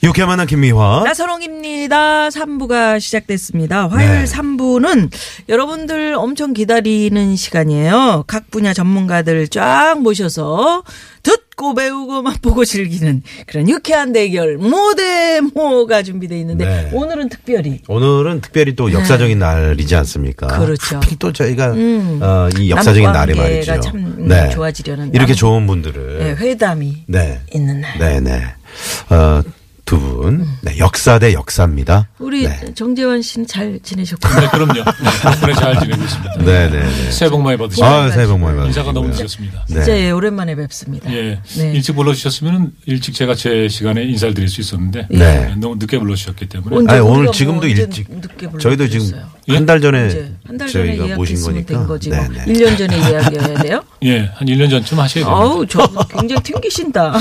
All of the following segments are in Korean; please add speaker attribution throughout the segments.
Speaker 1: 유쾌한 만한
Speaker 2: 어?
Speaker 1: 김미화.
Speaker 3: 나선홍입니다. 3부가 시작됐습니다.
Speaker 2: 네.
Speaker 3: 화요일 3부는 여러분들 엄청 기다리는 시간이에요. 각 분야 전문가들 쫙 모셔서 듣고 배우고 맛보고 즐기는 그런 유쾌한 대결 모대모가 준비되어 있는데
Speaker 2: 네.
Speaker 3: 오늘은 특별히
Speaker 2: 오늘은 특별히 또 역사적인 날이지 않습니까?
Speaker 3: 네. 그렇죠. 음.
Speaker 2: 하필 또 저희가 어, 이 역사적인 날에
Speaker 3: 남북관계가
Speaker 2: 말이죠. 네.
Speaker 3: 참, 음, 좋아지려는
Speaker 2: 이렇게
Speaker 3: 남-
Speaker 2: 좋은
Speaker 3: 네,
Speaker 2: 분들을
Speaker 3: 회담이
Speaker 2: 네,
Speaker 3: 있는 날.
Speaker 2: 네, 네. 어, 두 분, 네, 역사 대 역사입니다.
Speaker 3: 우리
Speaker 2: 네,
Speaker 3: 정재원 씨는 잘 지내셨고요.
Speaker 4: 그럼요. 덕분에 잘 지내고 있습니다.
Speaker 3: 음.
Speaker 2: 네, 네. 네.
Speaker 4: 새해 복 많이 받으시고
Speaker 2: 아, 새해 복 많이 받으시고요.
Speaker 4: 인사가 너무 늦었습니다.
Speaker 2: 네.
Speaker 3: 진짜 예, 오랜만에 뵙습니다.
Speaker 4: 예,
Speaker 3: 네.
Speaker 4: 일찍 불러주셨으면 일찍 제가 제 시간에 인사를 드릴 수 있었는데
Speaker 2: 네.
Speaker 4: 너무 늦게 불러주셨기 때문에
Speaker 3: 언제
Speaker 2: 아니, 오늘
Speaker 3: 우리가 뭐
Speaker 2: 지금도
Speaker 3: 언제
Speaker 2: 일찍.
Speaker 3: 늦게
Speaker 2: 저희도 지금
Speaker 3: 불러주셨어요?
Speaker 2: 한 달 전에
Speaker 3: 음. 이제 한달 전에
Speaker 2: 저희가 모신
Speaker 3: 예약했으면
Speaker 2: 거니까.
Speaker 3: 된 거지. 뭐
Speaker 2: 네, 네.
Speaker 3: 1년 전에 예약해야 돼요?
Speaker 4: 예, 한 1년 전쯤 하셔야 됩니다.
Speaker 3: 아우, 저 굉장히 튕기신다.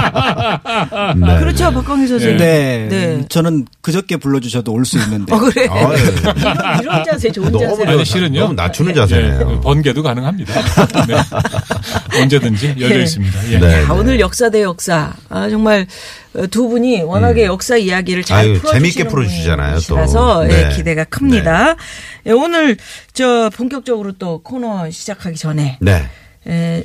Speaker 2: 네,
Speaker 3: 그렇죠, 박광희 선생님.
Speaker 5: 네.
Speaker 3: 네.
Speaker 5: 저는 그저께 불러주셔도 올 수 있는데.
Speaker 3: 어, 그래.
Speaker 2: 네. 아, 예.
Speaker 3: 이런, 이런 자세 좋은
Speaker 2: 너무
Speaker 3: 자세.
Speaker 2: 좋아요.
Speaker 4: 실은요.
Speaker 2: 너무 낮추는
Speaker 4: 예,
Speaker 2: 자세네요.
Speaker 4: 번개도 가능합니다. 네. 언제든지 열려
Speaker 3: 예.
Speaker 4: 있습니다. 예.
Speaker 2: 네.
Speaker 3: 아, 오늘 역사 대 역사. 아, 정말 어, 두 분이 워낙에 역사 이야기를 잘
Speaker 2: 음. 아유,
Speaker 3: 풀어주시는
Speaker 2: 재밌게 풀어주시잖아요, 또.
Speaker 3: 분이시라서 예,
Speaker 2: 네.
Speaker 3: 기대가 큽니다. 예, 오늘 저 본격적으로 또 코너 시작하기 전에
Speaker 2: 네.
Speaker 3: 예,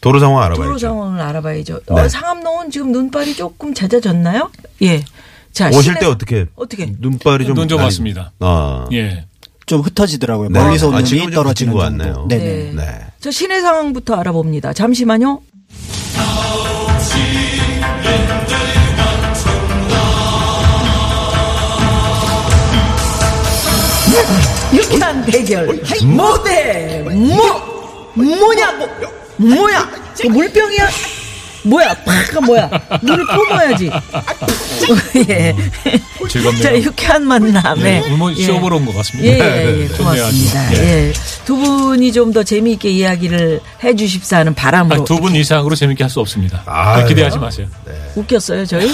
Speaker 2: 도로 상황 알아봐야죠.
Speaker 3: 도로 상황을 알아봐야죠.
Speaker 2: 네.
Speaker 3: 어, 상암동은 지금 눈발이 조금 잦아졌나요? 예. 자,
Speaker 2: 오실
Speaker 3: 시내-
Speaker 2: 때 어떻게?
Speaker 3: 어떻게?
Speaker 2: 눈발이 좀.
Speaker 4: 네, 눈좀
Speaker 2: 많이-
Speaker 4: 왔습니다.
Speaker 2: 아.
Speaker 3: 네.
Speaker 4: 예.
Speaker 5: 좀 흩어지더라고요.
Speaker 2: 네.
Speaker 5: 멀리서
Speaker 2: 아,
Speaker 5: 오는
Speaker 2: 지금은
Speaker 5: 눈이
Speaker 2: 좀
Speaker 5: 떨어지는
Speaker 2: 붙인 것
Speaker 5: 정도.
Speaker 2: 같네요.
Speaker 5: 네네.
Speaker 3: 네.
Speaker 2: 네.
Speaker 3: 저 시내 상황부터 알아봅니다. 잠시만요. 유쾌한
Speaker 4: 어,
Speaker 3: 대결
Speaker 4: 뭐?
Speaker 3: 모대 뭐 뭐냐 뭐 뭐야 이거 물병이야 뭐야 바가 뭐야 물을 뿜어야지
Speaker 4: 아,
Speaker 3: 예.
Speaker 4: 어, 즐겁네요.
Speaker 3: 자 유쾌한
Speaker 4: 예.
Speaker 3: 만남에
Speaker 4: 오늘 뭐 쇼보러 온 것 같습니다.
Speaker 3: 예,
Speaker 4: 네,
Speaker 3: 예,
Speaker 4: 네.
Speaker 3: 예, 고맙습니다.
Speaker 4: 좋네요, 아주. 예.
Speaker 3: 예. 두 분이 좀 더 재미있게 이야기를 해 주십사 하는 바람으로.
Speaker 4: 아, 두 분 이상으로 재밌게 할 수 없습니다.
Speaker 2: 아유.
Speaker 4: 기대하지 마세요.
Speaker 3: 웃겼어요, 저희?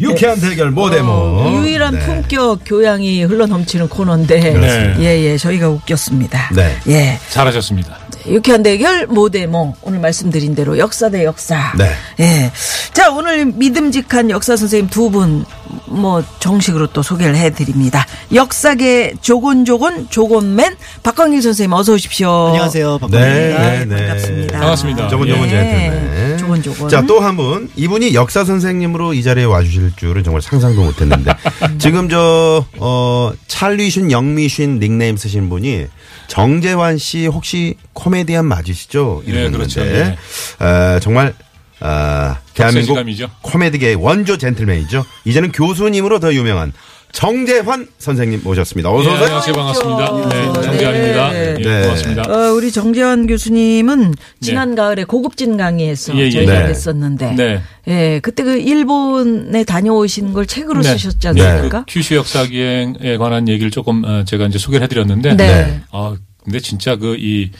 Speaker 2: 유쾌한 대결
Speaker 4: 어,
Speaker 2: 모데모.
Speaker 3: 어,
Speaker 2: 네.
Speaker 3: 유일한
Speaker 4: 네.
Speaker 3: 품격 교양이 흘러 넘치는 코너인데.
Speaker 4: 그렇습니다.
Speaker 3: 예, 예, 저희가 웃겼습니다.
Speaker 2: 네.
Speaker 3: 예.
Speaker 4: 잘하셨습니다.
Speaker 3: 유쾌한 대결, 모대모. 오늘 말씀드린 대로 역사 대 역사.
Speaker 2: 네.
Speaker 3: 예. 자, 오늘 믿음직한 역사 선생님 두 분, 뭐, 정식으로 또 소개를 해드립니다. 역사계 조곤조곤, 조곤맨, 박광일 선생님 어서 오십시오.
Speaker 5: 안녕하세요. 박광
Speaker 2: 네,
Speaker 5: 네.
Speaker 2: 네,
Speaker 3: 네,
Speaker 2: 네.
Speaker 3: 반갑습니다.
Speaker 4: 반갑습니다.
Speaker 2: 저번
Speaker 4: 예.
Speaker 2: 저번
Speaker 3: 예.
Speaker 2: 네.
Speaker 3: 조건, 조건.
Speaker 2: 자, 또 한 분. 이분이 역사 선생님으로 이 자리에 와 주실 줄은 정말 상상도 못 했는데. 지금 저 어, 찰리슌 영미슌 닉네임 쓰신 분이 정재환 씨 혹시 코미디언 맞으시죠?
Speaker 4: 네, 그렇죠. 네.
Speaker 2: 이러는데, 어, 정말 어, 대한민국
Speaker 4: 격세지감이죠.
Speaker 2: 코미디계의 원조 젠틀맨이죠. 이제는 교수님으로 더 유명한 정재환 선생님 모셨습니다. 어서
Speaker 4: 예,
Speaker 2: 오세요.
Speaker 4: 안녕하세요. 반갑습니다. 네,
Speaker 3: 네.
Speaker 4: 정재환입니다. 예,
Speaker 2: 네.
Speaker 4: 고맙습니다.
Speaker 3: 어, 우리 정재환 교수님은 지난 가을에 고급진 강의에서
Speaker 4: 네. 예, 예.
Speaker 3: 저희가
Speaker 2: 네.
Speaker 3: 뵀었는데,
Speaker 4: 네.
Speaker 3: 예, 그때 그 일본에 다녀오신 걸 책으로
Speaker 4: 네.
Speaker 3: 쓰셨지
Speaker 2: 네.
Speaker 3: 않습니까?
Speaker 4: 큐슈 역사 기행에 관한 얘기를 조금 어, 제가 이제 소개를 해드렸는데,
Speaker 3: 네.
Speaker 4: 아 근데 진짜 그 이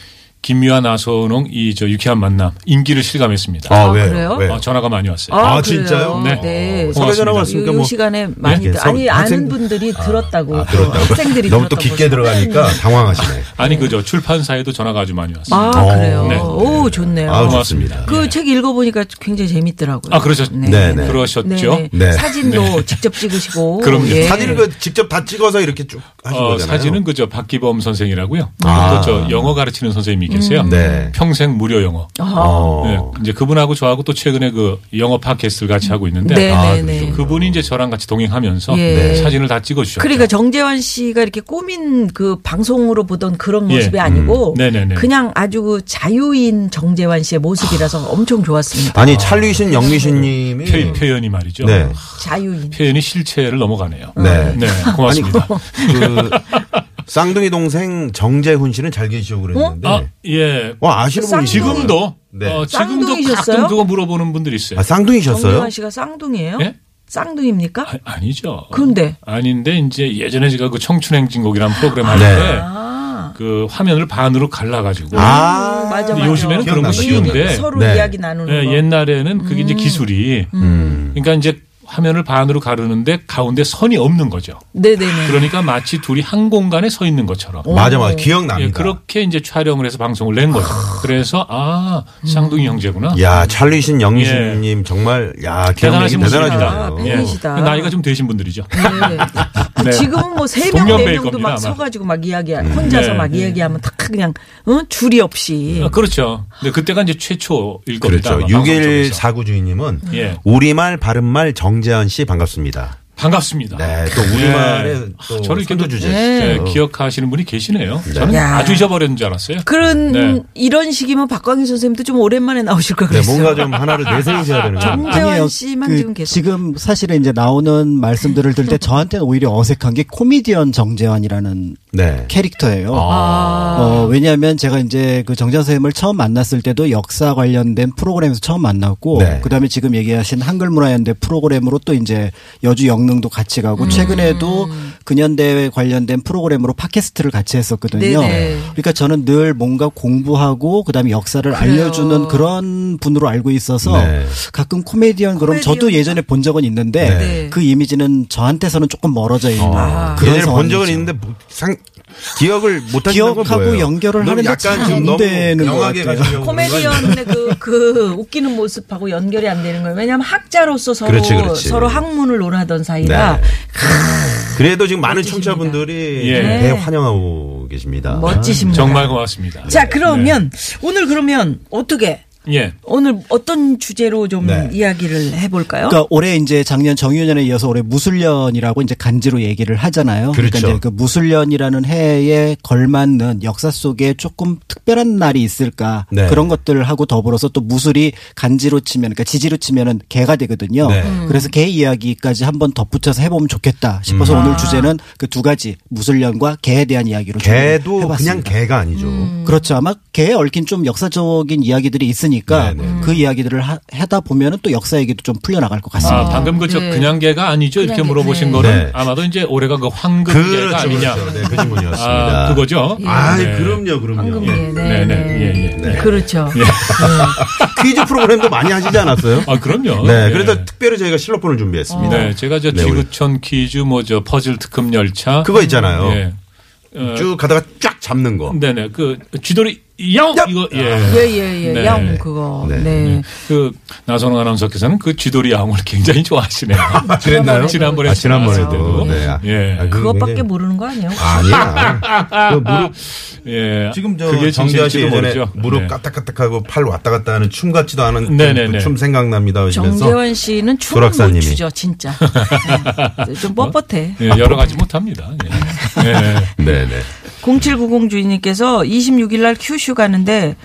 Speaker 4: 김유한 아선홍 이 저 유쾌한 만남 인기를 실감했습니다.
Speaker 3: 아,
Speaker 2: 왜요?
Speaker 3: 그래요?
Speaker 2: 왜요?
Speaker 4: 아, 전화가 많이 왔어요.
Speaker 2: 아, 진짜요?
Speaker 3: 그래요?
Speaker 4: 네.
Speaker 3: 네.
Speaker 2: 섭외 전화
Speaker 4: 고맙습니다.
Speaker 2: 왔으니까
Speaker 3: 요
Speaker 2: 뭐
Speaker 3: 시간에 많이
Speaker 2: 예,
Speaker 3: 들- 아니
Speaker 2: 섭-
Speaker 3: 아는
Speaker 2: 학생-
Speaker 3: 분들이 들었다고
Speaker 2: 아, 들었다고.
Speaker 3: 학생들이
Speaker 2: 너무 또
Speaker 3: 들었다고
Speaker 2: 깊게 들어가니까 당황하시네.
Speaker 4: 아니 그저 출판사에도 전화가 아주 많이 왔어요.
Speaker 3: 아
Speaker 2: 어,
Speaker 3: 그래요
Speaker 2: 네.
Speaker 3: 오 좋네요
Speaker 2: 아우,
Speaker 4: 고맙습니다.
Speaker 2: 좋습니다.
Speaker 3: 그 책 읽어보니까 굉장히 재밌더라고요
Speaker 4: 아, 그러셨-
Speaker 2: 네, 네.
Speaker 4: 그러셨죠?
Speaker 3: 네,
Speaker 2: 네.
Speaker 3: 사진도 직접 찍으시고
Speaker 4: 그럼요.
Speaker 3: 예.
Speaker 2: 사진을 그 직접 다 찍어서 이렇게 쭉 하신
Speaker 4: 어,
Speaker 2: 거잖아요.
Speaker 4: 사진은 그저 박기범 선생이라고요. 또
Speaker 2: 아.
Speaker 4: 저 영어 가르치는 선생님이 계세요.
Speaker 2: 네.
Speaker 4: 평생 무료 영어.
Speaker 2: 어.
Speaker 4: 네, 이제 그분하고 저하고 또 최근에 그 영어 팟캐스트를 같이 하고 있는데
Speaker 3: 네,
Speaker 2: 아,
Speaker 3: 네, 네.
Speaker 4: 그분이 이제 저랑 같이 동행하면서
Speaker 3: 예.
Speaker 2: 네.
Speaker 4: 사진을 다 찍어주셨죠.
Speaker 3: 그러니까 정재환 씨가 이렇게 꾸민 그 방송으로 보던 그런
Speaker 4: 예.
Speaker 3: 모습이 아니고
Speaker 4: 음. 네네네.
Speaker 3: 그냥 아주 그 자유인 정재환 씨의 모습이라서
Speaker 4: 아.
Speaker 3: 엄청 좋았습니다.
Speaker 2: 아니 찰리신 영미신님이
Speaker 4: 표, 표현이 말이죠.
Speaker 2: 네.
Speaker 3: 자유인.
Speaker 4: 표현이 실체를 넘어가네요.
Speaker 2: 네.
Speaker 4: 네, 고맙습니다.
Speaker 2: 그 쌍둥이 동생 정재훈 씨는 잘 계시고 그랬는데 네.
Speaker 4: 아, 예.
Speaker 2: 와 아시는 분이
Speaker 4: 지금도
Speaker 2: 네.
Speaker 4: 어, 지금도
Speaker 3: 쌍둥이셨어요?
Speaker 4: 가끔 그거 물어보는 분들이 있어요.
Speaker 2: 아, 쌍둥이셨어요?
Speaker 3: 정재환 씨가 쌍둥이에요?
Speaker 4: 예?
Speaker 3: 쌍둥이입니까?
Speaker 4: 아, 아니죠.
Speaker 3: 그런데
Speaker 4: 아닌데 이제 예전에 제가 그 청춘행진곡이라는 프로그램 할
Speaker 2: 네.
Speaker 4: 때 그 화면을 반으로 갈라가지고
Speaker 2: 아,
Speaker 3: 맞아 맞아.
Speaker 4: 요즘에는 그런 거
Speaker 2: 기억난다,
Speaker 4: 쉬운데
Speaker 3: 서로
Speaker 2: 네.
Speaker 3: 이야기 나누는
Speaker 4: 예,
Speaker 3: 거.
Speaker 4: 옛날에는 그게 이제 기술이
Speaker 2: 음.
Speaker 4: 그러니까 이제 화면을 반으로 가르는데 가운데 선이 없는 거죠.
Speaker 3: 네네네.
Speaker 4: 그러니까 마치 둘이 한 공간에 서 있는 것처럼.
Speaker 2: 맞아 맞아 기억납니다.
Speaker 4: 예, 그렇게 이제 촬영을 해서 방송을 낸 거죠. 그래서 아
Speaker 3: 음.
Speaker 4: 쌍둥이 형제구나.
Speaker 2: 야 찰리신 영미신님 정말 야
Speaker 4: 예.
Speaker 2: 기억력이
Speaker 4: 대단하신
Speaker 2: 대단하시다.
Speaker 4: 분이다. 아, 네. 예.
Speaker 3: 분이시다. 아,
Speaker 4: 그
Speaker 3: 팬이시다. 음.
Speaker 4: 나이가 좀 되신 분들이죠.
Speaker 3: 네.
Speaker 4: 네.
Speaker 3: 지금은 뭐 세 명
Speaker 4: 동년배일
Speaker 3: 네 명도
Speaker 4: 겁니다,
Speaker 3: 막
Speaker 4: 아마.
Speaker 3: 서가지고 막 이야기 혼자서
Speaker 4: 네.
Speaker 3: 막 이야기하면 탁 그냥 응? 줄이 없이
Speaker 4: 아, 그렇죠. 근데 그때가 이제 최초일 겁니다.
Speaker 2: 그렇죠.
Speaker 4: 아마
Speaker 2: 6일
Speaker 4: 방송에서.
Speaker 2: 49 주인님은
Speaker 4: 예.
Speaker 2: 우리말 바른말 정재현 씨 반갑습니다.
Speaker 4: 반갑습니다. 예. 아,
Speaker 2: 네, 또 우리말에 또
Speaker 4: 저를 이렇게
Speaker 2: 선두 주제시죠.
Speaker 4: 네, 기억하시는 분이 계시네요. 저는
Speaker 3: 야.
Speaker 4: 아주 잊어버린 줄 알았어요.
Speaker 3: 그런
Speaker 4: 네.
Speaker 3: 이런 식이면 박광희 선생님도 좀 오랜만에 나오실 것
Speaker 2: 네,
Speaker 3: 같아요.
Speaker 2: 뭔가 좀 아, 하나를 내세우셔야 되는 거.
Speaker 3: 정재환 씨만 지금 계속.
Speaker 5: 그 지금 사실은 이제 나오는 말씀들을 들 때 저한테는 오히려 어색한 게 코미디언 정재환이라는
Speaker 2: 네.
Speaker 5: 캐릭터예요.
Speaker 2: 아.
Speaker 5: 어, 왜냐하면 제가 이제 그 정재환 선생님을 처음 만났을 때도 역사 관련된 프로그램에서 처음 만났고,
Speaker 2: 네.
Speaker 5: 그 다음에 지금 얘기하신 한글 문화연대 프로그램으로 또 이제 여주 영능도 같이 가고,
Speaker 2: 음.
Speaker 5: 최근에도 근현대회 관련된 프로그램으로 팟캐스트를 같이 했었거든요.
Speaker 3: 네네.
Speaker 5: 그러니까 저는 늘 뭔가 공부하고, 그 다음에 역사를 알려주는 그런 분으로 알고 있어서
Speaker 2: 네.
Speaker 5: 가끔 코미디언, 그럼 저도
Speaker 3: 코미디언.
Speaker 5: 예전에 본 적은 있는데,
Speaker 3: 네.
Speaker 5: 그 이미지는 저한테서는 조금 멀어져 있는
Speaker 2: 아.
Speaker 5: 그런
Speaker 2: 예전에 본
Speaker 5: 상황이죠.
Speaker 2: 적은 있는데 뭐 상 기억을 못 하시는 건
Speaker 5: 기억하고
Speaker 2: 뭐예요?
Speaker 5: 연결을
Speaker 2: 너무
Speaker 5: 하는데
Speaker 2: 약간
Speaker 5: 잘
Speaker 2: 좀
Speaker 5: 안
Speaker 2: 너무
Speaker 5: 되는 것
Speaker 2: 영하게
Speaker 5: 같아요.
Speaker 2: 가시려고 그러는 거
Speaker 3: 코미디언의 그, 그 웃기는 모습하고 연결이 안 되는 거예요. 왜냐하면 학자로서 서로
Speaker 2: 그렇지, 그렇지.
Speaker 3: 서로 학문을 논하던 사이라
Speaker 2: 네. 아니에요? 그래도 지금 많은
Speaker 3: 멋지십니다.
Speaker 2: 청취자분들이
Speaker 4: 예.
Speaker 2: 대
Speaker 3: 네.
Speaker 2: 환영하고 계십니다.
Speaker 3: 멋지십니다.
Speaker 4: 정말 고맙습니다.
Speaker 3: 자 그러면 오늘 그러면 어떻게
Speaker 4: 예.
Speaker 3: 오늘 어떤 주제로 좀
Speaker 2: 네.
Speaker 3: 이야기를 해볼까요?
Speaker 2: 어?
Speaker 5: 그러니까 올해 이제 작년 정유년에 이어서 올해 무술년이라고 이제 간지로 얘기를 하잖아요. 러니까
Speaker 2: 그렇죠.
Speaker 5: 이제 그 무술년이라는 해에 걸맞는 역사 속에 조금 특별한 날이 있을까
Speaker 2: 네.
Speaker 5: 그런 것들하고 더불어서 또 무술이 간지로 치면 그러니까 지지로 치면은 개가 되거든요.
Speaker 2: 네.
Speaker 5: 그래서 개 이야기까지 한번 덧붙여서 해보면 좋겠다 싶어서
Speaker 2: 음.
Speaker 5: 오늘 주제는 그 두 가지 무술년과 개에 대한 이야기로 좀
Speaker 2: 개도 그냥
Speaker 5: 해봤습니다.
Speaker 2: 개가 아니죠.
Speaker 5: 그렇죠. 아마 개에 얽힌 좀 역사적인 이야기들이 있으니까
Speaker 2: 네네.
Speaker 5: 그 이야기들을 하, 하다 보면은 또 역사 얘기도 좀 풀려나갈 것 같습니다.
Speaker 4: 아, 방금 그저 그냥 개가 아니죠? 이렇게
Speaker 3: 그냥 개,
Speaker 4: 물어보신
Speaker 3: 네.
Speaker 4: 거는
Speaker 2: 네.
Speaker 4: 아마도 이제 올해가 그 황금 개가
Speaker 2: 그렇죠,
Speaker 4: 아니냐.
Speaker 2: 그렇죠. 네, 그 질문이었습니다.
Speaker 4: 아, 그거죠.
Speaker 3: 예.
Speaker 2: 아,
Speaker 4: 네.
Speaker 2: 그럼요, 그럼요.
Speaker 3: 황금 개. 네,
Speaker 4: 네네.
Speaker 3: 네.
Speaker 4: 예, 예.
Speaker 2: 네.
Speaker 3: 그렇죠.
Speaker 2: 퀴즈 프로그램도 많이 하시지 않았어요?
Speaker 4: 아, 그럼요.
Speaker 2: 네,
Speaker 4: 예.
Speaker 2: 그래서 특별히 저희가 실로폰을 준비했습니다.
Speaker 4: 네, 제가 저
Speaker 2: 네, 우리.
Speaker 4: 지구촌 퀴즈, 뭐 저 퍼즐 특급 열차.
Speaker 2: 그거 있잖아요. 음,
Speaker 4: 예. 어,
Speaker 2: 쭉 가다가 쫙 잡는 거.
Speaker 4: 네네. 그 쥐돌이 야옹
Speaker 2: 야!
Speaker 4: 이거 예.
Speaker 3: 예예예.
Speaker 4: 네.
Speaker 3: 야옹 그거.
Speaker 2: 네.
Speaker 3: 네.
Speaker 4: 그 나선홍 아나운서께서는 그 쥐돌이 야옹을 굉장히 좋아하시네요.
Speaker 2: 그랬나요?
Speaker 4: 지난번에
Speaker 2: 아, 지난번에도.
Speaker 4: 나왔어도.
Speaker 2: 네. 아,
Speaker 4: 예.
Speaker 2: 아, 그거
Speaker 3: 그것밖에
Speaker 2: 굉장히-
Speaker 3: 모르는 거 아니에요?
Speaker 2: 아니야. 그 무릎,
Speaker 4: 예.
Speaker 2: 지금 저
Speaker 4: 그게
Speaker 2: 정재하 씨
Speaker 4: 진실일지도
Speaker 2: 예전에
Speaker 4: 모르죠.
Speaker 2: 무릎
Speaker 4: 네.
Speaker 2: 까딱까딱하고 팔 왔다 갔다 하는 춤 같지도 않은
Speaker 4: 네네네.
Speaker 2: 그춤 생각납니다. 하시면서
Speaker 3: 정재환 씨는 춤을 못
Speaker 2: 조락사님이.
Speaker 3: 추죠, 진짜. 네. 좀 뻣뻣해.
Speaker 4: 예, 여러 가지 못합니다. 예. 예.
Speaker 2: 네네.
Speaker 3: 0790 주인님께서 26일 날 큐슈 가는데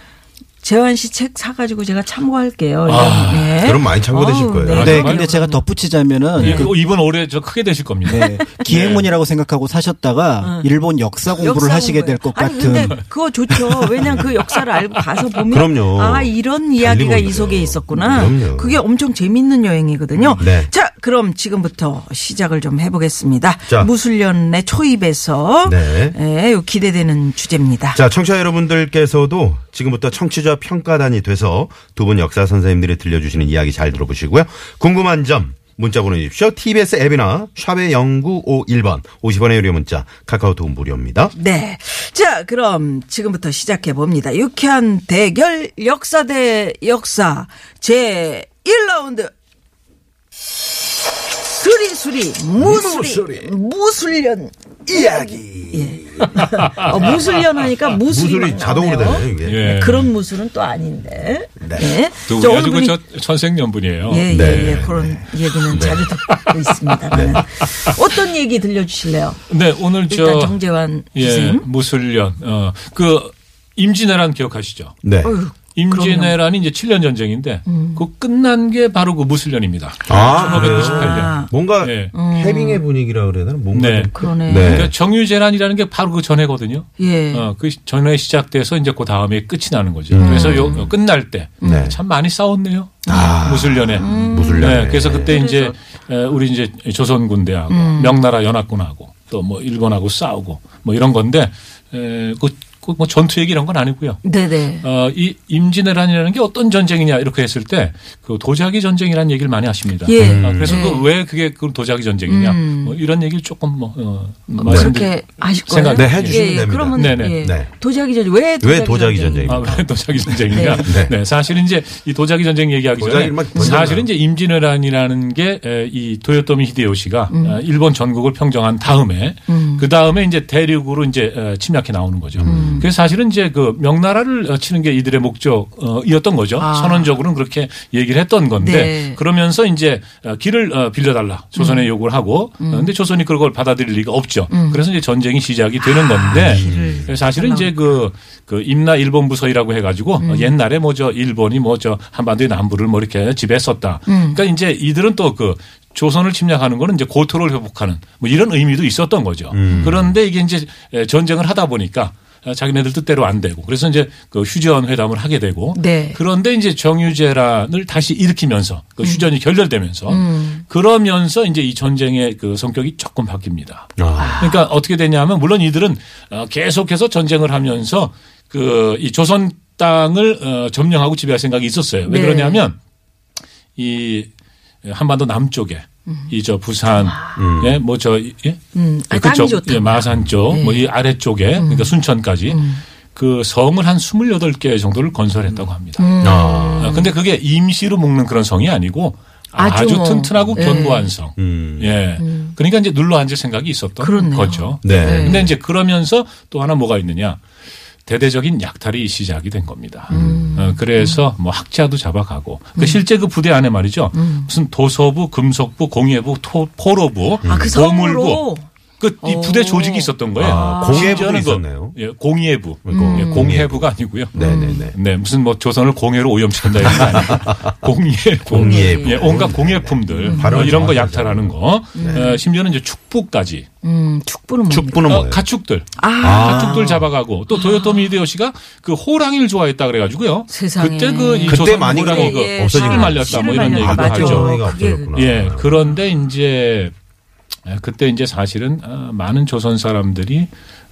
Speaker 3: 재환 씨 책 사가지고 제가 참고할게요.
Speaker 4: 아,
Speaker 3: 네.
Speaker 2: 그럼 많이 참고되실
Speaker 3: 어우,
Speaker 2: 거예요.
Speaker 5: 네,
Speaker 4: 아,
Speaker 5: 근데
Speaker 4: 정말요?
Speaker 5: 제가 덧붙이자면은
Speaker 4: 예,
Speaker 5: 그
Speaker 4: 그거 이번 올해 저 크게 되실 겁니다.
Speaker 5: 네, 기행문이라고 생각하고 사셨다가 일본 역사 공부를
Speaker 3: 역사
Speaker 5: 하시게
Speaker 3: 공부예요.
Speaker 5: 될 것
Speaker 3: 아니,
Speaker 5: 같은.
Speaker 3: 근데 그거 좋죠. 왜냐면 그 역사를 알고 가서 보면
Speaker 2: 그럼요.
Speaker 3: 아 이런
Speaker 2: 달리
Speaker 3: 이야기가
Speaker 2: 보이죠.
Speaker 3: 이 속에 있었구나.
Speaker 2: 그럼요.
Speaker 3: 그게 엄청 재밌는 여행이거든요.
Speaker 2: 네.
Speaker 3: 자, 그럼 지금부터 시작을 좀 해보겠습니다.
Speaker 2: 자.
Speaker 3: 무술년의 초입에서
Speaker 2: 네.
Speaker 3: 예, 요 기대되는 주제입니다.
Speaker 2: 자, 청취자 여러분들께서도 지금부터 청취자 평가단이 돼서 두 분 역사 선생님들이 들려주시는 이야기 잘 들어보시고요. 궁금한 점 문자 보내주십시오. TBS 앱이나 샵의 0951번 50원의 유료 문자 카카오톡 무료입니다.
Speaker 3: 네. 자, 그럼 지금부터 시작해 봅니다. 유쾌한 대결 역사 대 역사 제 1라운드. 수리수리 무수리 무술련 이야기. 예. 어, 무술련 하니까 무술이,
Speaker 2: 무술이
Speaker 3: 막
Speaker 2: 자동으로
Speaker 3: 나오네요.
Speaker 2: 되네요, 이게.
Speaker 4: 예.
Speaker 3: 그런 무술은 또 아닌데.
Speaker 2: 네.
Speaker 3: 예.
Speaker 4: 두
Speaker 3: 자,
Speaker 4: 분이
Speaker 3: 오늘
Speaker 4: 아주
Speaker 3: 분이-
Speaker 4: 그저 천생연분이에요.
Speaker 3: 예, 예,
Speaker 2: 네.
Speaker 3: 예. 그런 얘기는 자주 듣고 있습니다. 나는. 어떤 얘기 들려주실래요?
Speaker 4: 네, 오늘 저
Speaker 3: 일단 정재환
Speaker 4: 예,
Speaker 3: 선생님.
Speaker 4: 무술련. 어, 그 임진왜란 기억하시죠?
Speaker 2: 네.
Speaker 3: 어휴,
Speaker 4: 임진왜란이 이제 7년 전쟁인데
Speaker 3: 음.
Speaker 4: 그 끝난 게 바로 그 무술련입니다.
Speaker 2: 아, 그래요?
Speaker 4: 1598년.
Speaker 2: 뭔가
Speaker 4: 예.
Speaker 2: 해빙의 분위기라 그래야 되나? 뭔가
Speaker 4: 네.
Speaker 2: 좀-
Speaker 3: 그러네.
Speaker 2: 네.
Speaker 4: 그러니까 정유재란이라는 게 바로 그 전해거든요.
Speaker 3: 예.
Speaker 4: 어, 그 전에 시작돼서 이제 그 다음에 끝이 나는 거죠. 그래서 요, 요 끝날 때 참
Speaker 2: 네.
Speaker 4: 많이 싸웠네요.
Speaker 2: 아. 음.
Speaker 4: 무술련에.
Speaker 2: 무술련에.
Speaker 4: 네, 그래서 그때 이제 에, 우리 이제 조선군대하고
Speaker 3: 음.
Speaker 4: 명나라 연합군하고 또 뭐 일본하고 싸우고 뭐 이런 건데 에, 그, 그뭐 전투 얘기 이런 건 아니고요.
Speaker 3: 네네.
Speaker 4: 어, 이 임진왜란이라는 게 어떤 전쟁이냐 이렇게 했을 때 그 도자기 전쟁이라는 얘기를 많이 하십니다.
Speaker 3: 예.
Speaker 4: 아, 그래서
Speaker 3: 네.
Speaker 4: 그 왜 그게 그 도자기 전쟁이냐
Speaker 3: 음.
Speaker 4: 뭐 이런 얘기를 조금 뭐 어, 말씀드리.
Speaker 3: 그렇게 아실 거예요.
Speaker 4: 생각- 네,
Speaker 2: 해주시면 됩니다.
Speaker 3: 그러면
Speaker 4: 네네.
Speaker 3: 예.
Speaker 2: 네.
Speaker 3: 도자기 전쟁 왜 도자기,
Speaker 2: 왜 도자기 전쟁이?
Speaker 4: 아, 왜 도자기 전쟁이냐?
Speaker 2: 네.
Speaker 4: 네. 사실 이제 이 도자기 전쟁 얘기하기 전에
Speaker 2: 도자기를 막
Speaker 4: 사실
Speaker 2: 던져놔요.
Speaker 4: 이제 임진왜란이라는 게 이 도요토미 히데요시가
Speaker 2: 음.
Speaker 4: 어, 일본 전국을 평정한 다음에 그 다음에 이제 대륙으로 이제 어, 침략해 나오는 거죠.
Speaker 2: 음.
Speaker 4: 그래서 사실은 이제 그 명나라를 어, 치는 게 이들의 목적이었던 거죠.
Speaker 3: 아.
Speaker 4: 선언적으로는 그렇게 얘기를 했던 건데
Speaker 3: 네.
Speaker 4: 그러면서 이제 어, 길을 어, 빌려달라 조선에 요구를 하고 그 근데 조선이 그걸 받아들일 리가 없죠. 그래서 이제 전쟁이 시작이 되는 건데 사실은 이제 그, 그 임나 일본 부서이라고 해가지고 어, 옛날에 뭐 저 일본이 뭐 저 한반도의 남부를 뭐 이렇게 지배했었다. 그러니까 이제 이들은 또 그 조선을 침략하는 거는 이제 고토를 회복하는 뭐 이런 의미도 있었던 거죠. 그런데 이게 이제 에, 전쟁을 하다 보니까 어, 자기네들 뜻대로 안 되고 그래서 이제 그 휴전 회담을 하게 되고
Speaker 3: 네.
Speaker 4: 그런데 이제 정유재란을 다시 일으키면서 그
Speaker 3: 음.
Speaker 4: 휴전이 결렬되면서 그러면서 이제 이 전쟁의 그 성격이 조금 바뀝니다.
Speaker 2: 아.
Speaker 4: 그러니까 어떻게 되냐면 물론 이들은 어, 계속해서 전쟁을 하면서 그 이 조선 땅을 어, 점령하고 지배할 생각이 있었어요.
Speaker 3: 네.
Speaker 4: 왜 그러냐면 이 한반도 남쪽에 이 저 부산 에 뭐저 예?
Speaker 3: 아. 음, 아니, 땅이
Speaker 4: 그쪽
Speaker 3: 좋다. 네. 음.
Speaker 4: 예, 마산 쪽 뭐 이 아래쪽에 그러니까 순천까지 그 성을 한 28개 정도를 건설했다고 합니다.
Speaker 3: 음.
Speaker 2: 아.
Speaker 4: 아, 근데 그게 임시로 묶는 그런 성이 아니고 아주,
Speaker 3: 아주 뭐,
Speaker 4: 튼튼하고
Speaker 3: 예.
Speaker 4: 견고한 성.
Speaker 2: 음.
Speaker 4: 예. 그러니까 이제 눌러 앉을 생각이 있었던
Speaker 3: 그렇네요.
Speaker 4: 거죠.
Speaker 2: 네.
Speaker 4: 근데 이제 그러면서 또 하나 뭐가 있느냐. 대대적인 약탈이 시작이 된 겁니다.
Speaker 3: 음.
Speaker 4: 어, 그래서 뭐 학자도 잡아가고 그 실제 그 부대 안에 말이죠.
Speaker 3: 음.
Speaker 4: 무슨 도서부, 금속부, 공예부, 토, 포로부,
Speaker 3: 아, 그 성으로. 어.
Speaker 4: 보물부 그 이 부대 조직이 있었던 거예요.
Speaker 2: 아, 공예부도
Speaker 4: 심지어는 그,
Speaker 2: 있었나요?
Speaker 4: 예, 공예부,
Speaker 2: 음.
Speaker 4: 예, 공예부가 아니고요.
Speaker 2: 네네네.
Speaker 4: 네, 무슨 뭐 조선을 공예로 오염시킨다 이런 거 아니에요. 공예,
Speaker 2: 공예부. 음.
Speaker 4: 예, 온갖 공예품들
Speaker 2: 발언
Speaker 4: 뭐 이런 거
Speaker 2: 정확하잖아요.
Speaker 4: 약탈하는 거, 어, 심지어는 이제 축복까지
Speaker 3: 음, 축부는 뭡니까?
Speaker 2: 축부는
Speaker 4: 어,
Speaker 2: 네. 뭐예요?
Speaker 4: 가축들,
Speaker 3: 아,
Speaker 4: 가축들 잡아가고 또 도요토미 히데요시가 그 호랑이를 좋아했다 그래가지고요.
Speaker 3: 세상에.
Speaker 4: 그때 그 이
Speaker 2: 그때
Speaker 4: 조선
Speaker 2: 많이
Speaker 4: 호랑이 그
Speaker 2: 예, 예.
Speaker 4: 씨를
Speaker 2: 없어진
Speaker 4: 말렸다 뭐 이런
Speaker 3: 씨를
Speaker 4: 얘기도
Speaker 3: 말렸다.
Speaker 2: 아,
Speaker 3: 맞아.
Speaker 4: 하죠.
Speaker 2: 조정이가
Speaker 3: 그게-
Speaker 2: 없어졌구나.
Speaker 4: 예, 그런데 이제 에, 그때 이제 사실은 어, 많은 조선 사람들이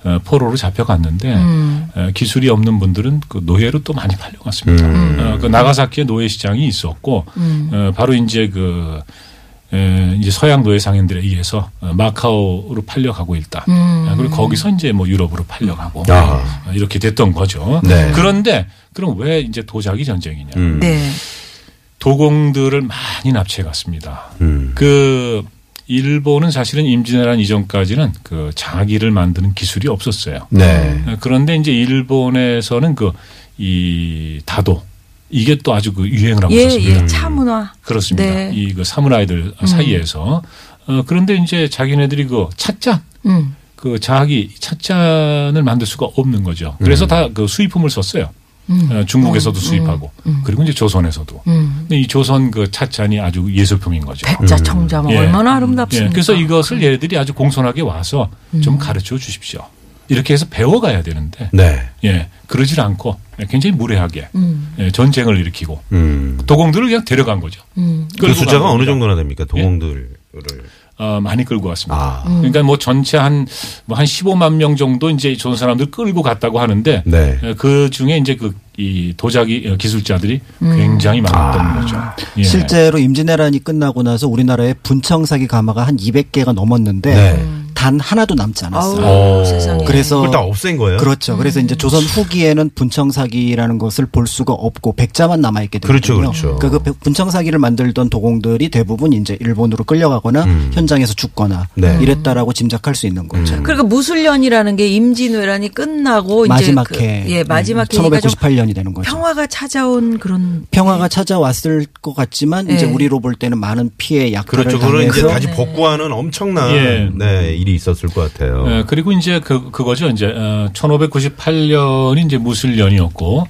Speaker 4: 어, 포로로 잡혀갔는데
Speaker 2: 음.
Speaker 4: 에, 기술이 없는 분들은 그 노예로 또 많이 팔려갔습니다.
Speaker 2: 음.
Speaker 4: 어, 그 나가사키에 노예 시장이 있었고 어, 바로 이제 그 에, 이제 서양 노예 상인들에 의해서 어, 마카오로 팔려가고 일단 아, 그리고 거기서 이제 뭐 유럽으로 팔려가고
Speaker 2: 음. 아.
Speaker 4: 어, 이렇게 됐던 거죠.
Speaker 2: 네.
Speaker 4: 그런데 그럼 왜 이제 도자기 전쟁이냐?
Speaker 2: 음.
Speaker 3: 네.
Speaker 4: 도공들을 많이 납치해 갔습니다.
Speaker 2: 음.
Speaker 4: 그 일본은 사실은 임진왜란 이전까지는 그 자기를 만드는 기술이 없었어요. 음.
Speaker 2: 네.
Speaker 4: 그런데 이제 일본에서는 그 이 다도 이게 또 아주 그
Speaker 2: 음,
Speaker 4: 유행을 하고
Speaker 3: 예,
Speaker 4: 있었습니다.
Speaker 3: 예, 차문화.
Speaker 4: 그렇습니다.
Speaker 3: 네. 음.
Speaker 4: 이 그 사무라이들 사이에서 어, 그런데 이제 자기네들이 그 찻잔
Speaker 3: 음.
Speaker 4: 그 자기 찻잔을 만들 수가 없는 거죠. 그래서 다 그 수입품을 썼어요.
Speaker 3: 음.
Speaker 4: 어, 중국에서도 수입하고 그리고 이제 조선에서도. 근데 이 조선 그 찻잔이 아주 예술품인 거죠.
Speaker 3: 백자
Speaker 2: 음.
Speaker 3: 청자 뭐
Speaker 4: 예.
Speaker 3: 얼마나
Speaker 4: 예,
Speaker 3: 아름답습니까?
Speaker 4: 그래서 이것을 얘네들이 아주 공손하게 와서
Speaker 5: 음.
Speaker 4: 좀 가르쳐 주십시오. 이렇게 해서 배워가야 되는데,
Speaker 2: 네.
Speaker 4: 예, 그러질 않고 굉장히 무례하게
Speaker 5: 음.
Speaker 4: 예, 전쟁을 일으키고
Speaker 2: 음.
Speaker 4: 도공들을 그냥 데려간 거죠.
Speaker 2: 그
Speaker 5: 음.
Speaker 4: 끌고
Speaker 2: 숫자가
Speaker 4: 간
Speaker 2: 어느
Speaker 4: 겁니다.
Speaker 2: 정도나 됩니까? 동공들을.
Speaker 4: 어, 많이 끌고 왔습니다.
Speaker 2: 아.
Speaker 4: 그러니까 뭐 전체 한 뭐 한 15만 명 정도 이제 조선 사람들 끌고 갔다고 하는데
Speaker 2: 네.
Speaker 4: 예, 그 중에 이제 그 이 도자기 어, 기술자들이 굉장히 많았던
Speaker 2: 아.
Speaker 4: 거죠. 예.
Speaker 5: 음. 실제로 임진왜란이 끝나고 나서 우리나라의 분청사기 가마가 한 200개가 넘었는데
Speaker 2: 네.
Speaker 5: 단 하나도 남지 않았어요.
Speaker 3: 아우, 음. 세상에.
Speaker 5: 그래서
Speaker 2: 그걸 다 없앤 거예요?
Speaker 5: 어, 그렇죠. 그래서 이제 조선 후기에는 분청사기라는 것을 볼 수가 없고 백자만 남아 있게 되거든요.
Speaker 2: 그렇죠, 그렇죠.
Speaker 5: 그러니까 그 백- 분청사기를 만들던 도공들이 대부분 이제 일본으로 끌려가거나 현장에서 죽거나
Speaker 2: 음. 네.
Speaker 5: 이랬다라고 짐작할 수 있는 거죠.
Speaker 2: 음.
Speaker 3: 그러니까 무술년이라는 게 임진왜란이 끝나고
Speaker 5: 마지막
Speaker 3: 이제 그-
Speaker 5: 해. 네, 음,
Speaker 3: 예, 마지막 해니까
Speaker 5: 1598년이 되는 거죠.
Speaker 3: 평화가 찾아온 그런
Speaker 5: 평화가 찾아왔을 것 같지만 이제
Speaker 3: 네.
Speaker 5: 우리로 볼 때는 많은 피해 약탈을
Speaker 2: 그렇죠. 그걸 이제
Speaker 5: 당해서
Speaker 2: 다시 복구하는 엄청난
Speaker 4: 예.
Speaker 2: 네, 일이 있었을 것 같아요.
Speaker 4: 예, 그리고 이제 그 그거죠. 이제 어, 1598년이 이제 무술년이었고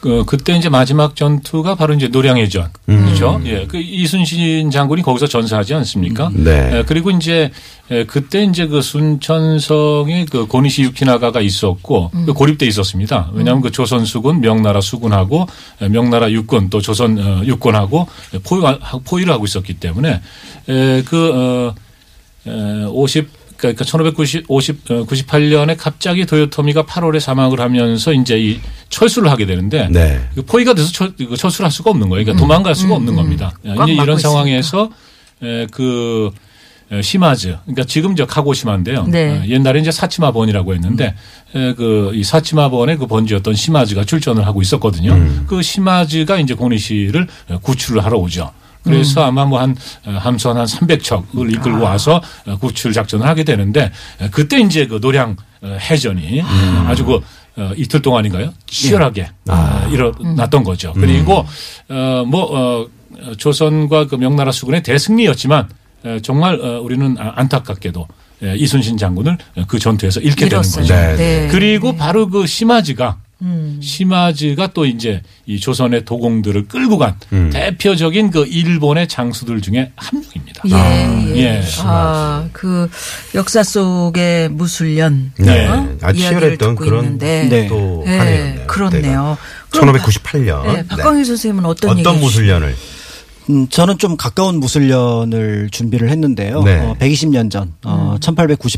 Speaker 4: 그, 그때 이제 마지막 전투가 바로 이제 노량해전
Speaker 2: 음.
Speaker 4: 그렇죠. 예, 그 이순신 장군이 거기서 전사하지 않습니까?
Speaker 2: 네.
Speaker 4: 예, 그리고 이제 예, 그때 이제 그 순천성에 그 고니시 유키나가가 있었고
Speaker 3: 음.
Speaker 4: 그 고립돼 있었습니다. 왜냐하면 그 조선 수군, 명나라 수군하고 예, 명나라 육군 또 조선 어, 육군하고 포유 포위를 하고 있었기 때문에 예, 그 어, 에, 50 그러니까 1990 50 어, 98년에 갑자기 도요토미가 8월에 사망을 하면서 이제 이 철수를 하게 되는데
Speaker 2: 네.
Speaker 4: 그 포위가 돼서 철, 그 철수를 할 수가 없는
Speaker 3: 음.
Speaker 4: 거예요. 그러니까 도망갈 수가 없는 겁니다.
Speaker 3: 꽉
Speaker 4: 이제 이런
Speaker 3: 막고
Speaker 4: 상황에서 에, 그 에, 시마즈, 그러니까 지금 저 카고시마인데요.
Speaker 3: 네.
Speaker 4: 어, 옛날에 이제 사치마본이라고 했는데 그 이 사치마본의 그 본지였던 시마즈가 출전을 하고 있었거든요. 그 시마즈가 이제 고니시를 어, 구출을 하러 오죠. 그래서 아마 뭐 한 함선 한 300척을 이끌고 와서 어, 구출 작전을 하게 되는데 어, 그때 이제 그 노량 어, 해전이 아주 그 어, 이틀 동안인가요? 치열하게 어, 일어났던 거죠. 그리고 어, 뭐 어, 조선과 그 명나라 수군의 대승리였지만 어, 정말 어, 우리는 아- 안타깝게도 예, 이순신 장군을 그 전투에서 잃게 되는
Speaker 3: 잃었어요.
Speaker 4: 거죠.
Speaker 2: 네,
Speaker 4: 그리고 바로 그 시마즈가
Speaker 3: 음.
Speaker 4: 시마즈가 또 이제 이 조선의 도공들을 끌고 간
Speaker 5: 음.
Speaker 4: 대표적인 그 일본의 장수들 중에 한 명입니다.
Speaker 2: 아,
Speaker 3: 예, 예.
Speaker 4: 예.
Speaker 3: 아, 그 역사 속의 무술년.
Speaker 2: 네.
Speaker 3: 어?
Speaker 2: 아주
Speaker 3: 이야기를
Speaker 2: 치열했던
Speaker 3: 듣고
Speaker 2: 그런
Speaker 3: 있는데.
Speaker 5: 네.
Speaker 2: 또
Speaker 3: 예,
Speaker 2: 한 해였네요.
Speaker 3: 그렇네요. 그럼
Speaker 2: 1998년. 네.
Speaker 3: 박- 예, 박광희 선생님은 어떤
Speaker 2: 어떤
Speaker 3: 얘기를
Speaker 2: 무술년을?
Speaker 5: 음, 저는 좀 가까운 무술년을 준비를 했는데요.
Speaker 2: 네.
Speaker 5: 어, 120년 전,
Speaker 3: 음.
Speaker 5: 어,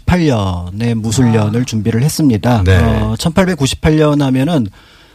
Speaker 5: 1898년에 무술년을
Speaker 3: 아.
Speaker 5: 준비를 했습니다.
Speaker 2: 네.
Speaker 5: 어, 1898년 하면은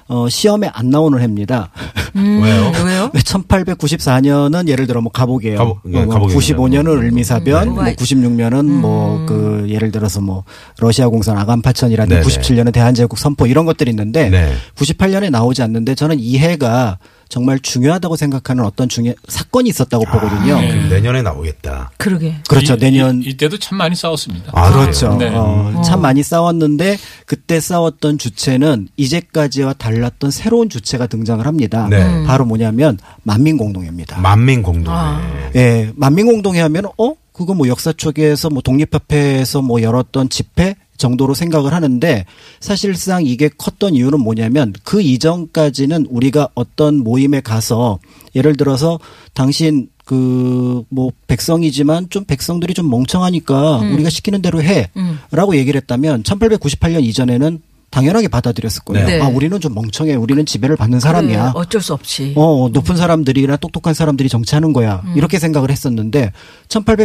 Speaker 5: 어, 시험에 안 나오는 해입니다.
Speaker 2: 왜요?
Speaker 3: 주시- 음, 왜요?
Speaker 5: 1894년은 네, 예를 들어 뭐 가보게요.
Speaker 2: 가보- 예,
Speaker 5: 뭐
Speaker 2: 가보게요.
Speaker 5: 95년은 을미사변,
Speaker 3: 음.
Speaker 5: 뭐 96년은 뭐 그 예를 들어서 뭐 러시아 공산 아간파천이라든지
Speaker 2: 네네.
Speaker 5: 97년은 대한제국 선포 이런 것들이 있는데
Speaker 2: 네.
Speaker 5: 98년에 나오지 않는데 저는 이 해가 정말 중요하다고 생각하는 어떤 중요 사건이 있었다고 보거든요.
Speaker 2: 그럼 내년에 나오겠다.
Speaker 3: 그러게.
Speaker 5: 그렇죠.
Speaker 4: 이-
Speaker 5: 내년
Speaker 4: 이, 이때도 참 많이 싸웠습니다.
Speaker 2: 아,
Speaker 5: 그렇죠.
Speaker 4: 네.
Speaker 5: 어,
Speaker 3: 음.
Speaker 5: 참 많이 싸웠는데 그때 싸웠던 주체는 이제까지와 달랐던 새로운 주체가 등장을 합니다.
Speaker 2: 네. 음.
Speaker 5: 바로 뭐냐면 만민공동회입니다.
Speaker 2: 만민 공동회.
Speaker 3: 아. 네.
Speaker 5: 예, 만민공동회 하면 어 그거 뭐 역사 쪽에서 뭐 독립협회에서 뭐 열었던 집회 정도로 생각을 하는데 사실상 이게 컸던 이유는 뭐냐면 그 이전까지는 우리가 어떤 모임에 가서 예를 들어서 당신 그 뭐 백성이지만 좀 백성들이 좀 멍청하니까
Speaker 3: 음.
Speaker 5: 우리가 시키는 대로 해라고 얘기를 했다면 1898년 이전에는 당연하게 받아들였을 거예요.
Speaker 3: 네.
Speaker 5: 아 우리는 좀 멍청해. 우리는 지배를 받는 사람이야.
Speaker 3: 그래, 예, 어쩔 수 없이.
Speaker 5: 어, 높은 사람들이나 똑똑한 사람들이 정치하는 거야. 이렇게 생각을 했었는데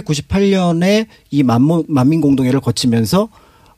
Speaker 5: 1898년에 이 만모, 만민공동회를 거치면서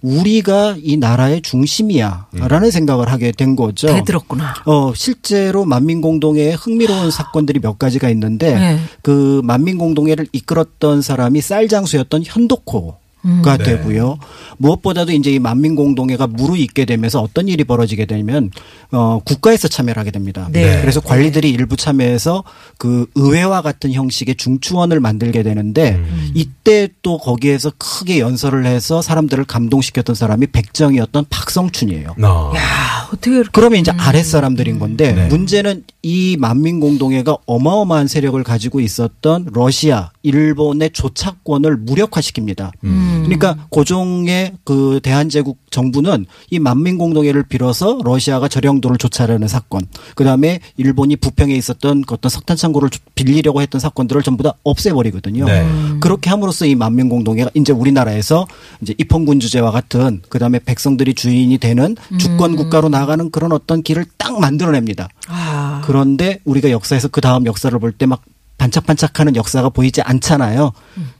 Speaker 5: 우리가 이 나라의 중심이야라는 생각을 하게 된 거죠.
Speaker 3: 대들었구나.
Speaker 5: 어, 실제로 만민공동회의 흥미로운 사건들이 몇 가지가 있는데
Speaker 3: 네.
Speaker 5: 그 만민공동회를 이끌었던 사람이 쌀장수였던 현덕호. 가 되고요. 무엇보다도 이제 이 만민공동회가 무르익게 되면서 어떤 일이 벌어지게 되면 어 국가에서 참여를 하게 됩니다.
Speaker 3: 네.
Speaker 5: 그래서 관리들이 일부 참여해서 그 의회와 같은 형식의 중추원을 만들게 되는데 이때 또 거기에서 크게 연설을 해서 사람들을 감동시켰던 사람이 백정이었던 박성춘이에요.
Speaker 2: 어.
Speaker 3: 아, 어떻게 이렇게
Speaker 5: 그러면 이제 아랫 사람들인 건데 문제는 이 만민 공동회가 어마어마한 세력을 가지고 있었던 러시아, 일본의 조차권을 무력화시킵니다. 그러니까 고종의 그 대한제국 정부는 이 만민 공동회를 빌어서 러시아가 저령도를 조차하려는 사건, 그 다음에 일본이 부평에 있었던 그 어떤 석탄 창고를 조- 빌리려고 했던 사건들을 전부 다 없애버리거든요.
Speaker 2: 네.
Speaker 5: 그렇게 함으로써 이 만민 공동회가 이제 우리나라에서 이제 입헌군 주제와 같은 그다음에 백성들이 주인이 되는 주권 국가로 나가는 그런 어떤 길을 딱 만들어냅니다.
Speaker 3: 아,
Speaker 5: 그런데 우리가 역사에서 그 다음 역사를 볼 때 막 반짝반짝하는 역사가 보이지 않잖아요.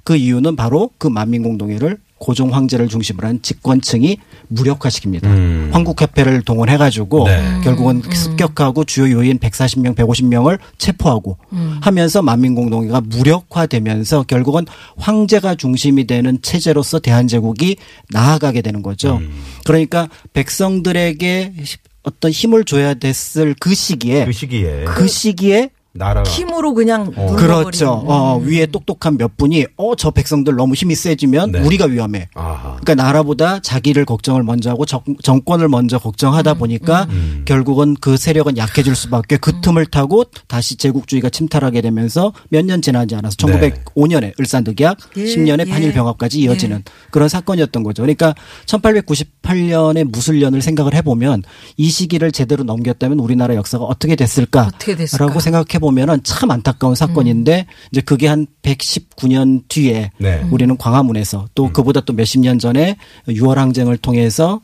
Speaker 5: 그 이유는 바로 그 만민 공동회를 고종 황제를 중심으로 한 집권층이 무력화시킵니다.
Speaker 2: 음.
Speaker 5: 황국협회를 동원해가지고
Speaker 2: 네.
Speaker 5: 결국은 습격하고 주요 요인 140명, 150명을 체포하고 하면서 만민공동회가 무력화되면서 결국은 황제가 중심이 되는 체제로서 대한제국이 나아가게 되는 거죠.
Speaker 2: 음.
Speaker 5: 그러니까 백성들에게 어떤 힘을 줘야 됐을 그 시기에
Speaker 2: 그 시기에
Speaker 5: 그 시기에
Speaker 2: 나라가
Speaker 3: 힘으로 그냥 불러버리는.
Speaker 5: 그렇죠. 어,
Speaker 3: 음.
Speaker 5: 위에 똑똑한 몇 분이 어 저 백성들 너무 힘이 세지면
Speaker 2: 네.
Speaker 5: 우리가 위험해.
Speaker 2: 아하.
Speaker 5: 그러니까 나라보다 자기를 걱정을 먼저 하고 정, 정권을 먼저 걱정하다
Speaker 3: 음.
Speaker 5: 보니까 결국은 그 세력은 약해질 수밖에 그
Speaker 3: 음.
Speaker 5: 틈을 타고 다시 제국주의가 침탈하게 되면서 몇 년 지나지 않아서
Speaker 2: 네.
Speaker 5: 1905년에 울산득약,
Speaker 3: 예,
Speaker 5: 10년에
Speaker 3: 예.
Speaker 5: 반일병합까지 이어지는 그런 사건이었던 거죠. 그러니까 1898년의 무술년을 생각을 해보면 이 시기를 제대로 넘겼다면 우리나라 역사가 어떻게 됐을까?
Speaker 3: 어떻게 됐을까?
Speaker 5: 라고 생각해 보면은 참 안타까운 사건인데
Speaker 3: 음.
Speaker 5: 이제 그게 한 119년 뒤에
Speaker 2: 네. 음.
Speaker 5: 우리는 광화문에서 또 그보다 또 몇십 년 전에 6월 항쟁을 통해서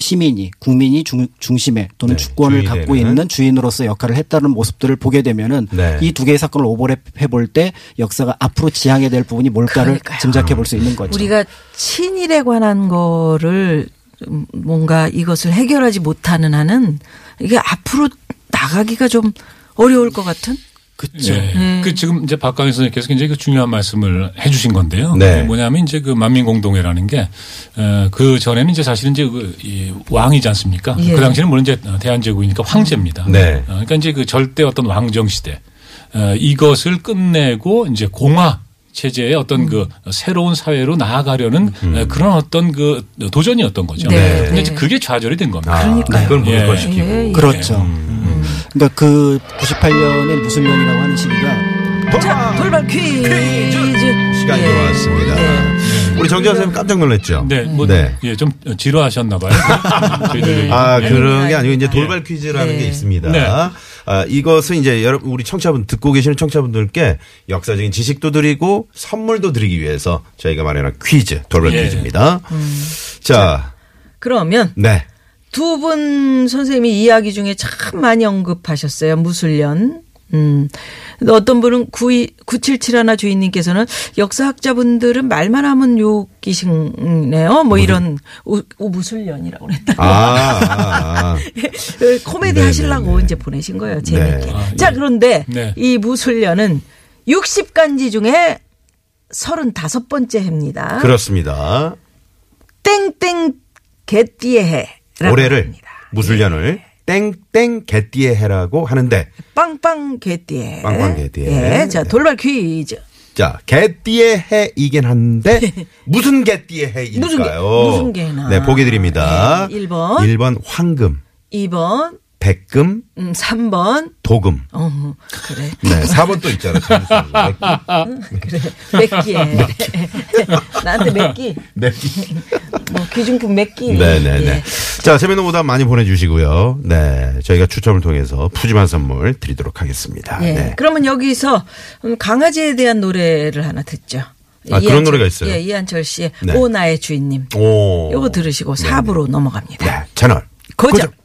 Speaker 5: 시민이 국민이 중, 심에 또는
Speaker 2: 네,
Speaker 5: 주권을
Speaker 2: 주인이
Speaker 5: 갖고
Speaker 2: 되는.
Speaker 5: 있는 주인으로서 역할을 했다는 모습들을 보게 되면은
Speaker 2: 네.
Speaker 5: 이 두 개의 사건을 오버랩해 볼 때 역사가 앞으로 지향해야 될 부분이 뭘까를
Speaker 3: 그러니까요.
Speaker 5: 짐작해
Speaker 2: 아.
Speaker 5: 볼 수 있는 거죠.
Speaker 3: 우리가 친일에 관한 거를 좀 뭔가 이것을 해결하지 못하는 한은 이게 앞으로 나가기가 좀 어려울 것 같은
Speaker 5: 그렇죠.
Speaker 4: 예.
Speaker 3: 음.
Speaker 4: 그 지금 이제 박강희 선생님께서 굉장히 그 중요한 말씀을 해 주신 건데요.
Speaker 2: 네.
Speaker 4: 그게 뭐냐면 이제 그 만민공동회라는 게 그 전에는 이제 사실은 이제 그이 왕이지 않습니까?
Speaker 3: 예.
Speaker 4: 그 당시에는 물론 이제 대한제국이니까 황제입니다.
Speaker 2: 네.
Speaker 4: 어, 그러니까 이제 그 절대 어떤 왕정 시대 어, 이것을 끝내고 이제 공화 체제의 어떤 그 새로운 사회로 나아가려는
Speaker 2: 음.
Speaker 4: 어, 그런 어떤 그 도전이었던 거죠.
Speaker 3: 네.
Speaker 4: 근데 이제
Speaker 3: 네.
Speaker 4: 그게 좌절이 된 겁니다.
Speaker 2: 아,
Speaker 3: 그러니까요.
Speaker 2: 그걸
Speaker 4: 예.
Speaker 2: 무력화시키고
Speaker 3: 예, 예.
Speaker 5: 그렇죠.
Speaker 2: 음,
Speaker 5: 그러니까 그 98년의 무술년이라고 하는 시기가
Speaker 2: 아,
Speaker 3: 자, 돌발 퀴즈.
Speaker 2: 시간이
Speaker 3: 예.
Speaker 2: 왔습니다. 우리 정재환 선생님 깜짝 놀랐죠?
Speaker 4: 네, 뭐,
Speaker 2: 네.
Speaker 4: 예, 좀 지루하셨나 봐요. 저희들 얘기.
Speaker 2: 아,
Speaker 4: 예.
Speaker 2: 그런 게 아니고 이제 돌발 퀴즈라는
Speaker 3: 네.
Speaker 2: 게 있습니다.
Speaker 4: 네.
Speaker 2: 아, 이것은 이제 여러분 우리 청취자분 듣고 계시는 청취자분들께 역사적인 지식도 드리고 선물도 드리기 위해서 저희가 마련한 퀴즈, 돌발
Speaker 4: 예.
Speaker 2: 퀴즈입니다.
Speaker 3: 음.
Speaker 2: 자,
Speaker 3: 그러면
Speaker 2: 네.
Speaker 3: 두 분 선생님이 이야기 중에 참 많이 언급하셨어요. 무술년. 음. 근데 어떤 분은 92, 977하나 주인님께서는 역사학자분들은 말만 하면 욕이시네요. 뭐
Speaker 2: 음.
Speaker 3: 이런 우, 우, 무술년이라고 그랬다.
Speaker 2: 아, 아, 아.
Speaker 3: 그 코미디
Speaker 2: 네,
Speaker 3: 하시려고
Speaker 2: 네, 네.
Speaker 3: 이제 보내신 거예요. 재밌게.
Speaker 2: 네.
Speaker 4: 아,
Speaker 3: 자,
Speaker 4: 예.
Speaker 3: 그런데
Speaker 4: 네.
Speaker 3: 이 무술년은 60간지 중에 35번째 해입니다.
Speaker 2: 그렇습니다.
Speaker 3: 땡땡 개띠의 해라고
Speaker 2: 올해를
Speaker 3: 합니다. 예,
Speaker 2: 무술년을 땡땡 개띠의 해라고 하는데
Speaker 3: 빵빵 개띠의 해.
Speaker 2: 빵빵 개띠의
Speaker 3: 예,
Speaker 2: 해.
Speaker 3: 자
Speaker 2: 네.
Speaker 3: 돌발 퀴즈.
Speaker 2: 자, 개띠의 해이긴 한데 무슨 개띠의 해일까요?
Speaker 3: 무슨 개, 무슨 개나.
Speaker 2: 네, 보기 드립니다.
Speaker 3: 네, 일 번.
Speaker 2: 1번 황금,
Speaker 3: 2번,
Speaker 2: 백금,
Speaker 3: 음, 3번.
Speaker 2: 도금.
Speaker 3: 어, 그래.
Speaker 2: 네, 4번 또 있잖아요. 잠시만요.
Speaker 3: 그래. 몇 끼에. 나한테 몇 끼.
Speaker 2: 네.
Speaker 3: 뭐 귀중품 몇 끼.
Speaker 2: 네, 네,
Speaker 3: 예.
Speaker 2: 네. 자, 재밌는 오답 많이 보내주시고요. 네, 저희가 추첨을 통해서 푸짐한 선물 드리도록 하겠습니다.
Speaker 3: 예.
Speaker 2: 네.
Speaker 3: 그러면 여기서 음, 강아지에 대한 노래를 하나 듣죠.
Speaker 2: 아, 그런
Speaker 3: 이한철-
Speaker 2: 노래가 있어요?
Speaker 3: 예, 이한철 씨의
Speaker 2: 네.
Speaker 3: 오 나의 주인님.
Speaker 2: 오.
Speaker 3: 그 요거 들으시고 사 4부로 넘어갑니다.
Speaker 2: 네, 채널.
Speaker 3: 고정.
Speaker 2: 고정.